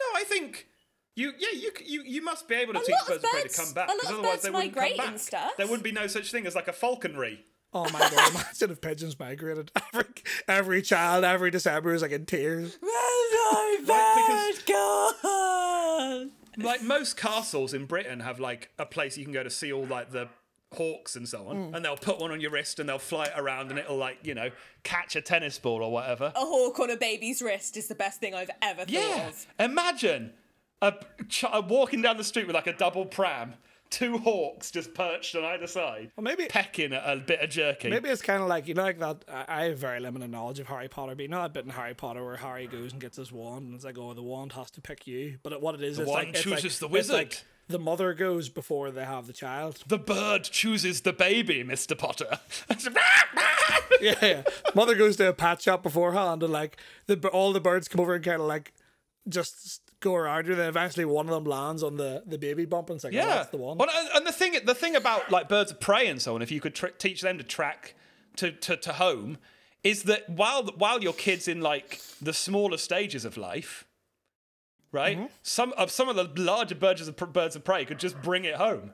Speaker 2: No, I think you. Yeah, you c- you you must be able to teach
Speaker 3: lot of
Speaker 2: birds of prey to
Speaker 3: birds-
Speaker 2: come back.
Speaker 3: a lot
Speaker 2: 'cause
Speaker 3: of
Speaker 2: otherwise
Speaker 3: birds
Speaker 2: they wouldn't come
Speaker 3: migrate
Speaker 2: back.
Speaker 3: and stuff.
Speaker 2: There would be no such thing as like a falconry.
Speaker 4: Oh my god! Imagine if pigeons migrated. Every, every child, every December is like in tears.
Speaker 2: Right,
Speaker 3: God.
Speaker 2: Like most castles in Britain have like a place you can go to see all like the hawks and so on,
Speaker 3: Mm.
Speaker 2: and they'll put one on your wrist and they'll fly it around and it'll like you know catch a tennis ball or whatever.
Speaker 3: A hawk on a baby's wrist is the best thing I've ever thought
Speaker 2: Yeah.
Speaker 3: of.
Speaker 2: Imagine a ch- walking down the street with like a double pram, two hawks just perched on either side,
Speaker 4: Well, maybe
Speaker 2: pecking at a bit of jerky.
Speaker 4: Maybe it's kind of like you know, like that. I I have very limited knowledge of Harry Potter, but you know that bit in Harry Potter where Harry goes and gets his wand, and it's like, oh, the wand has to pick you. But it- what it is, it's
Speaker 2: wand
Speaker 4: like it's like-
Speaker 2: chooses the
Speaker 4: it's like
Speaker 2: wizard.
Speaker 4: the mother goes before they have the child.
Speaker 2: The bird chooses the baby, Mr. Potter.
Speaker 4: Yeah, yeah. mother goes to a pet shop beforehand, and like the b- all the birds come over and kind of like just go around her. Then eventually one of them lands on the the baby bump, and it's like, yeah, that's the one.
Speaker 2: Well, and- and the thing, the thing about like birds of prey and so on, if you could tr- teach them to track to, to, to home, is that while while your kids in like the smaller stages of life, right?
Speaker 4: Mm-hmm.
Speaker 2: Some of some of the larger birds of birds of prey could just bring it home,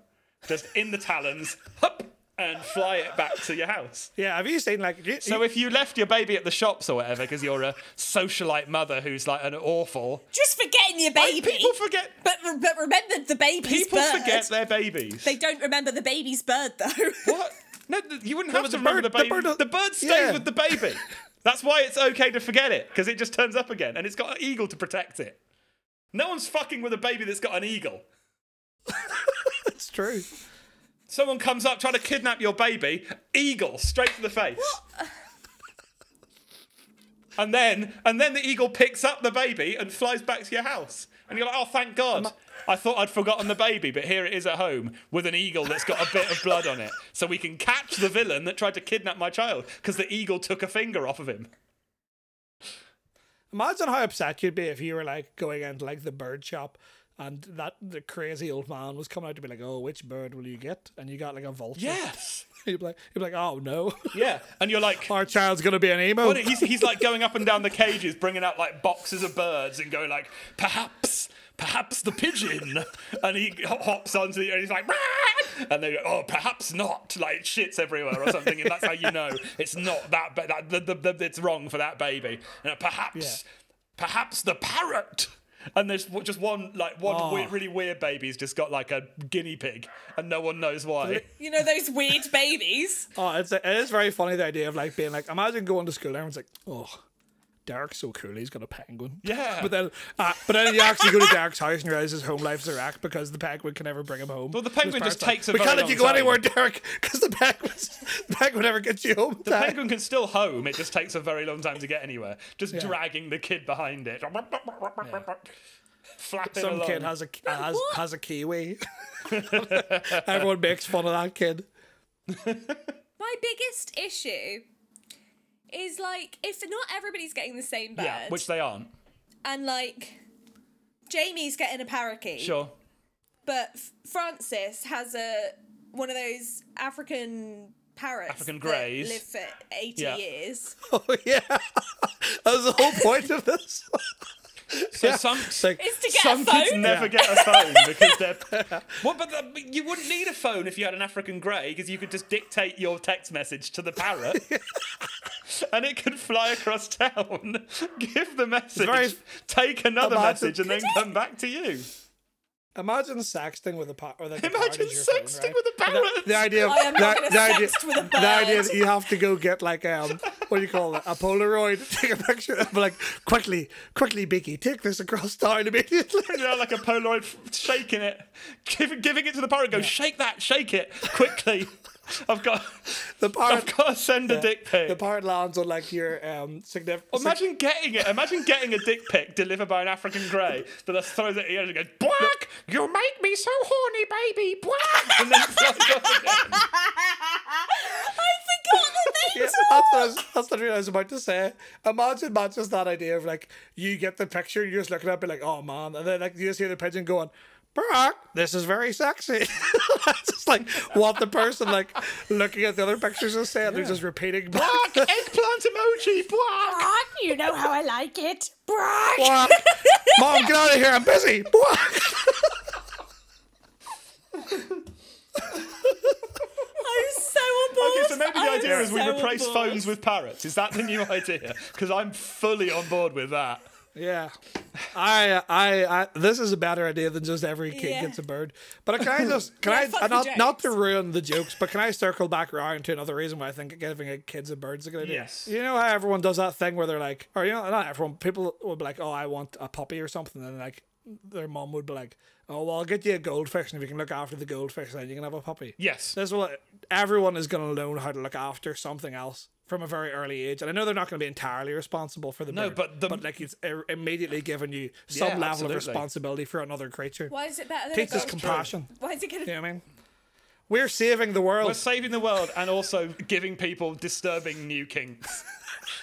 Speaker 2: just in the talons, hop, and fly it back to your house.
Speaker 4: Yeah, have you seen like you,
Speaker 2: So if you left your baby at the shops or whatever, because you're a socialite mother who's like an awful,
Speaker 3: Just forgetting your baby.
Speaker 2: people forget.
Speaker 3: but, re- but remember the baby's
Speaker 2: People
Speaker 3: bird.
Speaker 2: forget their babies.
Speaker 3: They don't remember the baby's bird, though.
Speaker 2: What? No, th- you wouldn't have
Speaker 4: but
Speaker 2: to
Speaker 4: the
Speaker 2: remember
Speaker 4: bird-
Speaker 2: the
Speaker 4: the
Speaker 2: baby. The bird,
Speaker 4: bird-
Speaker 2: stays
Speaker 4: yeah.
Speaker 2: with the baby. That's why it's okay to forget it, because it just turns up again, and it's got an eagle to protect it. No one's fucking with a baby that's got an eagle.
Speaker 4: it's true.
Speaker 2: Someone comes up trying to kidnap your baby, eagle straight to the face. and then, and then the eagle picks up the baby and flies back to your house. And you're like, oh, thank God. I thought I'd forgotten the baby, but here it is at home with an eagle that's got a bit of blood on it. So we can catch the villain that tried to kidnap my child because the eagle took a finger off of him.
Speaker 4: Imagine how upset you'd be if you were like going into like the bird shop and that the crazy old man was coming out to be like, Oh, which bird will you get? And you got like a vulture.
Speaker 2: Yes.
Speaker 4: You'd be like you'd be like, Oh no.
Speaker 2: Yeah. And you're like,
Speaker 4: Our child's gonna be an emo.
Speaker 2: But he's, he's like going up and down the cages, bringing out like boxes of birds and going like, perhaps, perhaps the pigeon. And he ho- hops onto the, and he's like, "Rah!" and they go, oh, perhaps not. Like shits everywhere or something. And that's how you know it's not that, ba- that the, the, the, it's wrong for that baby. And uh, perhaps, perhaps the parrot. And there's w- just one, like one
Speaker 4: Oh.
Speaker 2: weird, really weird baby's just got like a guinea pig and no one knows why.
Speaker 3: you know those weird babies.
Speaker 4: Oh, it's it is very funny the idea of like being like imagine going to school and everyone's like, Oh, Derek's so cool, he's got a penguin.
Speaker 2: Yeah.
Speaker 4: But then uh, but then you actually go to Derek's house and you realize his home life's a wreck because the penguin can never bring him home.
Speaker 2: Well, the
Speaker 4: And his
Speaker 2: penguin just
Speaker 4: parents are like,
Speaker 2: takes a
Speaker 4: We
Speaker 2: very
Speaker 4: can't let
Speaker 2: long
Speaker 4: you go
Speaker 2: time."
Speaker 4: anywhere, Derek, because the penguin's the penguin never gets you home.
Speaker 2: The penguin can still home. It just takes a very long time to get anywhere. Just dragging the kid behind it, flapping
Speaker 4: Some
Speaker 2: along.
Speaker 4: kid has a has,
Speaker 3: what?
Speaker 4: has a kiwi. Everyone makes fun of that kid.
Speaker 3: My biggest issue is like if not everybody's getting the same bird,
Speaker 2: yeah, which they aren't.
Speaker 3: and like Jamie's getting a parakeet,
Speaker 2: Sure.
Speaker 3: but F- Francis has a one of those African parrots,
Speaker 2: African
Speaker 3: that
Speaker 2: greys.
Speaker 3: live for eighty
Speaker 2: Yeah.
Speaker 3: years.
Speaker 4: Oh yeah, that was the whole point of this.
Speaker 2: So some
Speaker 4: It's like,
Speaker 3: Is to get
Speaker 2: some
Speaker 3: a phone.
Speaker 2: kids never get a phone because they're. well, but the, but you wouldn't need a phone if you had an African grey because you could just dictate your text message to the parrot. And it could fly across town, give the message,
Speaker 4: very-
Speaker 2: take another
Speaker 4: Imagine-
Speaker 2: message, and then come back to you.
Speaker 4: imagine sexting with a par- or like a parrot
Speaker 2: Imagine
Speaker 4: is your phone,
Speaker 2: sexting
Speaker 4: right?
Speaker 2: with a parrot.
Speaker 4: The idea of
Speaker 3: I am
Speaker 4: the,
Speaker 3: not gonna
Speaker 4: the idea,
Speaker 3: sext with a
Speaker 4: the idea
Speaker 3: bird.
Speaker 4: that you have to go get like um what do you call it a Polaroid take a picture of like quickly quickly Bicky take this across town immediately.
Speaker 2: you know, like a Polaroid, f- shaking it, giving, giving it to the parrot. Go, shake that, shake it quickly. I've got,
Speaker 4: The
Speaker 2: I've
Speaker 4: parrot
Speaker 2: got to send a dick pic.
Speaker 4: the parrot lands on like your um significant.
Speaker 2: Imagine getting it. Imagine getting a dick pic delivered by an African grey that just throws it at you and goes, "Black, you make me so horny, baby, black." And then flies off again.
Speaker 3: I forgot that they
Speaker 4: Yeah, that's, what I was, that's what I was about to say. Imagine that's just that idea of like you get the picture, you're just looking at it, be like, oh man, and then like you just hear the pigeon going, Barack, this is very sexy. That's just like what the person like looking at the other pictures is saying. They're just repeating Barack.
Speaker 2: Bark! Eggplant emoji! Bark!
Speaker 3: Brock, you know how I like it. Brock!
Speaker 4: Barack. Mom, get out of here. I'm busy. Barack.
Speaker 3: I'm so on board.
Speaker 2: Okay, so maybe the
Speaker 3: I'm
Speaker 2: idea is we
Speaker 3: so on
Speaker 2: replace
Speaker 3: board.
Speaker 2: phones with parrots. Is that the new idea? Because I'm fully on board with that.
Speaker 4: Yeah, I, I, I, this is a better idea than just every kid
Speaker 3: Yeah.
Speaker 4: gets a bird. But can I just, can
Speaker 3: Yeah,
Speaker 4: I,
Speaker 3: fuck
Speaker 4: uh,
Speaker 3: the
Speaker 4: not, not to
Speaker 3: jokes.
Speaker 4: ruin the jokes, but can I circle back around to another reason why I think giving a kids a bird's a good idea?
Speaker 2: Yes.
Speaker 4: You know how everyone does that thing where they're like, or you know, not everyone, people will be like, oh, I want a puppy or something, and like their mom would be like, oh, well, I'll get you a goldfish, and if you can look after the goldfish, then you can have a puppy.
Speaker 2: Yes.
Speaker 4: This will everyone is going to learn how to look after something else from a very early age, and I know they're not going to be entirely responsible for the
Speaker 2: No,
Speaker 4: bird,
Speaker 2: but the-
Speaker 4: but like it's ir- er, immediately given you some
Speaker 2: Yeah,
Speaker 4: level
Speaker 2: absolutely.
Speaker 4: of responsibility for another creature.
Speaker 1: Why is it better than
Speaker 4: Teach
Speaker 1: a
Speaker 4: us
Speaker 1: gold?
Speaker 4: compassion.
Speaker 1: Why is it gonna?
Speaker 4: You know what I mean? We're saving the world.
Speaker 2: We're saving the world and also giving people disturbing new kinks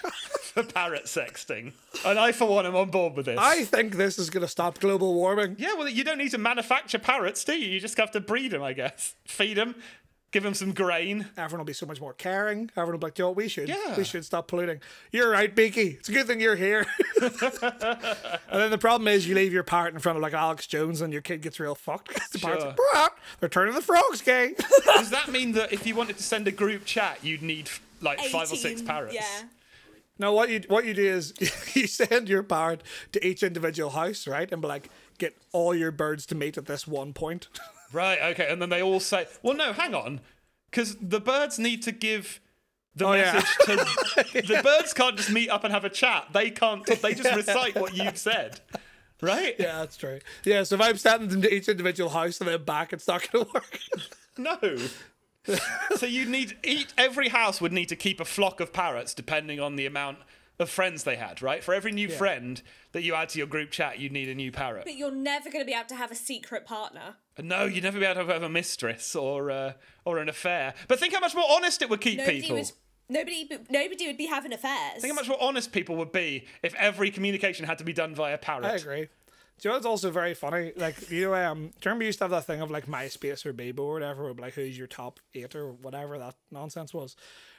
Speaker 2: for parrot sexting. And I, for one, am on board with this.
Speaker 4: I think this is going to stop global warming.
Speaker 2: Yeah, well, you don't need to manufacture parrots, do you? You just have to breed them, I guess. Feed them, give them some grain.
Speaker 4: Everyone will be so much more caring. Everyone will be like, "Yo, we should,
Speaker 2: Yeah.
Speaker 4: we should stop polluting." You're right, Beaky. It's a good thing you're here. and then the problem is, you leave your parrot in front of like Alex Jones, and your kid gets real fucked. 'cause the parrot's like, "Bruh, they're turning the frogs gay.
Speaker 2: Does that mean that if you wanted to send a group chat, you'd need like five or six
Speaker 3: 18,
Speaker 2: parrots?
Speaker 3: Yeah.
Speaker 4: No, what you what you do is you send your bird to each individual house, right, and be like, get all your birds to mate at this one point.
Speaker 2: Right, okay. And then they all say, well, no, hang on. Because the birds need to give the
Speaker 4: Oh, yeah.
Speaker 2: message to. The birds can't just meet up and have a chat. They can't. They just recite what you've said. Right?
Speaker 4: yeah, that's true. Yeah, so if I'm sending them to each individual house and then back, it's not going to work.
Speaker 2: No. so you'd need each every house would need to keep a flock of parrots depending on the amount of friends they had, right? For every new friend that you add to your group chat, you'd need a new parrot.
Speaker 3: But you're never going to be able to have a secret partner.
Speaker 2: And no, you'd never be able to have a mistress or uh, or an affair. But think how much more honest it would keep
Speaker 3: Nobody
Speaker 2: people.
Speaker 3: would. Nobody, nobody would be having affairs.
Speaker 2: Think how much more honest people would be if every communication had to be done via parrot.
Speaker 4: I agree. Do you know it's also very funny? Like, you know, um, do you remember you used to have that thing of like MySpace or Bebo or whatever, of, like who's your top eight or whatever that nonsense was?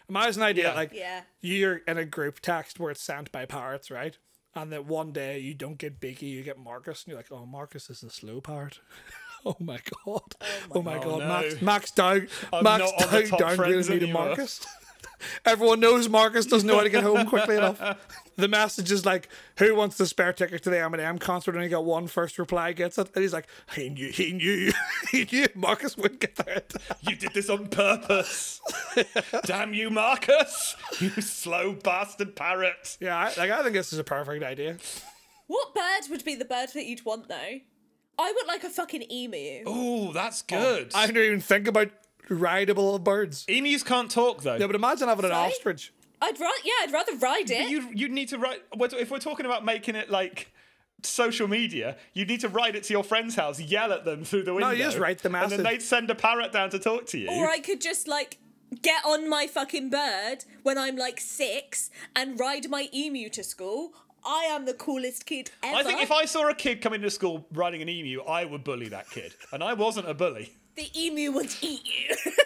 Speaker 4: Imagine an idea
Speaker 2: Yeah.
Speaker 4: like
Speaker 3: Yeah.
Speaker 4: you're in a group text where it's sent by parrots, right? And that one day you don't get Biggie, you get Marcus, and you're like, oh, Marcus is a slow parrot. oh my god. Oh my, god.
Speaker 2: no.
Speaker 4: Max, Max Doug,
Speaker 2: I'm
Speaker 4: Max
Speaker 2: not on the
Speaker 4: Doug
Speaker 2: top friends
Speaker 4: downgraded me to
Speaker 2: anymore.
Speaker 4: Marcus. Everyone knows Marcus doesn't know how to get home quickly enough. The message is like, "Who wants the spare ticket to the Eminem concert?" And he got one first reply, gets it, and he's like, "He knew, he knew, he knew Marcus would get there."
Speaker 2: You did this on purpose. Damn you, Marcus! You slow bastard parrot.
Speaker 4: Yeah, I, like I think this is a perfect idea.
Speaker 3: What bird would be the bird that you'd want though? I would like a fucking emu.
Speaker 2: Ooh, that's good.
Speaker 4: Oh, I didn't even think about rideable birds.
Speaker 2: Emus can't talk though.
Speaker 4: Yeah, but imagine having an
Speaker 3: Sorry?
Speaker 4: ostrich.
Speaker 3: I'd rather, yeah, I'd rather ride it.
Speaker 2: you you need to write we're t- if we're talking about making it like social media. You need to write it to your friend's house, yell at them through the window.
Speaker 4: you just write the
Speaker 2: and then
Speaker 4: message.
Speaker 2: they'd send a parrot down to talk to you.
Speaker 3: Or I could just like get on my fucking bird when I'm like six and ride my emu to school. I am the coolest kid ever.
Speaker 2: I think if I saw a kid come into school riding an emu, I would bully that kid, and I wasn't a bully.
Speaker 3: the emu would eat you.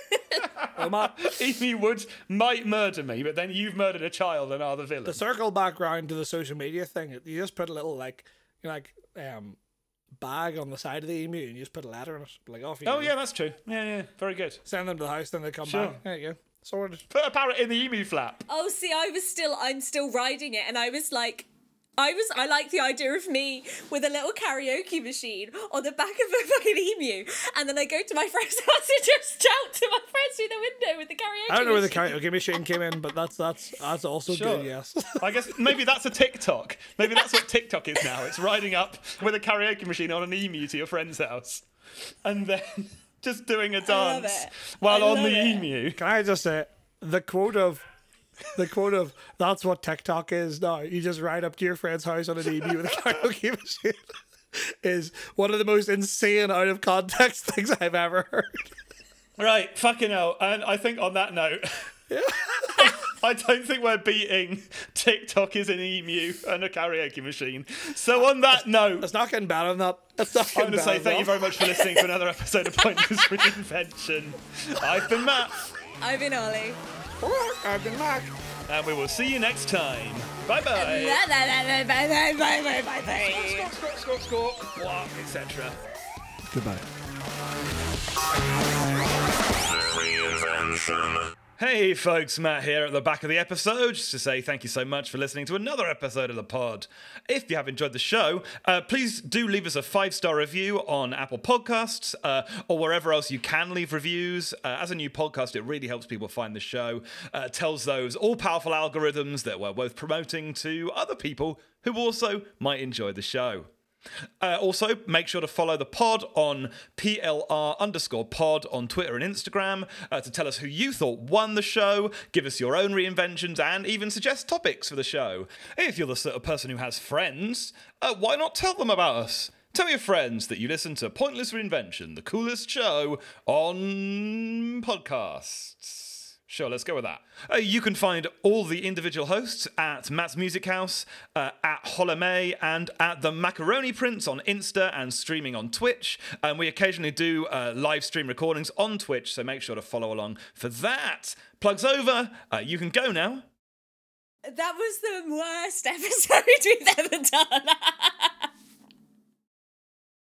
Speaker 4: Oh my!
Speaker 2: emu would might murder me, but then you've murdered a child and are the villain.
Speaker 4: the circle back round to the social media thing. You just put a little like, you know, like um, bag on the side of the emu, and you just put a letter on it. Like off you.
Speaker 2: Oh
Speaker 4: go.
Speaker 2: yeah, that's true. Yeah, yeah, very good.
Speaker 4: Send them to the house, then they come
Speaker 2: Sure.
Speaker 4: back. There you go. Sorted.
Speaker 2: Put a parrot in the emu flap.
Speaker 3: oh, see, I was still, I'm still riding it, and I was like. I was I like the idea of me with a little karaoke machine on the back of a fucking emu, and then I go to my friend's house and just shout to my friends through the window with the karaoke.
Speaker 4: I don't know where the
Speaker 3: machine.
Speaker 4: karaoke machine came in, but that's that's that's also
Speaker 2: Sure.
Speaker 4: good. Yes.
Speaker 2: I guess maybe that's a TikTok. Maybe that's what TikTok is now. It's riding up with a karaoke machine on an emu to your friend's house, and then just doing a
Speaker 3: love
Speaker 2: dance
Speaker 3: it.
Speaker 2: while
Speaker 3: I
Speaker 2: on
Speaker 3: love
Speaker 2: the
Speaker 3: it.
Speaker 2: emu.
Speaker 4: Can I just say the quote of the quote of that's what TikTok is now. You just ride up to your friend's house on an emu with a karaoke machine is one of the most insane out of context things I've ever heard.
Speaker 2: Right, fucking hell. And I think on that note, I don't think we're beating TikTok is an emu and a karaoke machine. So on that note,
Speaker 4: It's not getting better than that. It's
Speaker 2: I'm
Speaker 4: not getting
Speaker 2: going to
Speaker 4: better
Speaker 2: say
Speaker 4: than
Speaker 2: thank you
Speaker 4: that.
Speaker 2: very much for listening to another episode of Pointless Reinvention. I've been Matt,
Speaker 3: I've been Ollie.
Speaker 4: I've been back.
Speaker 2: and we will see you next time. Bye bye.
Speaker 3: Bye, bye, bye, bye, bye, bye, bye, bye, bye.
Speaker 2: Score, score, score, score, etc.
Speaker 4: Goodbye.
Speaker 5: Reinvention.
Speaker 2: Hey folks, Matt here at the back of the episode just to say thank you so much for listening to another episode of the pod. If you have enjoyed the show, uh, please do leave us a five star review on Apple Podcasts uh, or wherever else you can leave reviews. Uh, as a new podcast, it really helps people find the show, uh, tells those all powerful algorithms that we're both promoting to other people who also might enjoy the show. Uh, also, make sure to follow the pod on PLR underscore pod on Twitter and Instagram uh, to tell us who you thought won the show, give us your own reinventions, and even suggest topics for the show. If you're the sort of person who has friends, uh, why not tell them about us? Tell your friends that you listen to Pointless Reinvention, the coolest show on podcasts. Sure, let's go with that. Uh, you can find all the individual hosts at Matt's Music House, uh, at Holomay, and at the Macaroni Prince on Insta and streaming on Twitch. And we occasionally do uh, live stream recordings on Twitch, so make sure to follow along for that. Plugs over. Uh, you can go now.
Speaker 3: That was the worst episode we've ever done.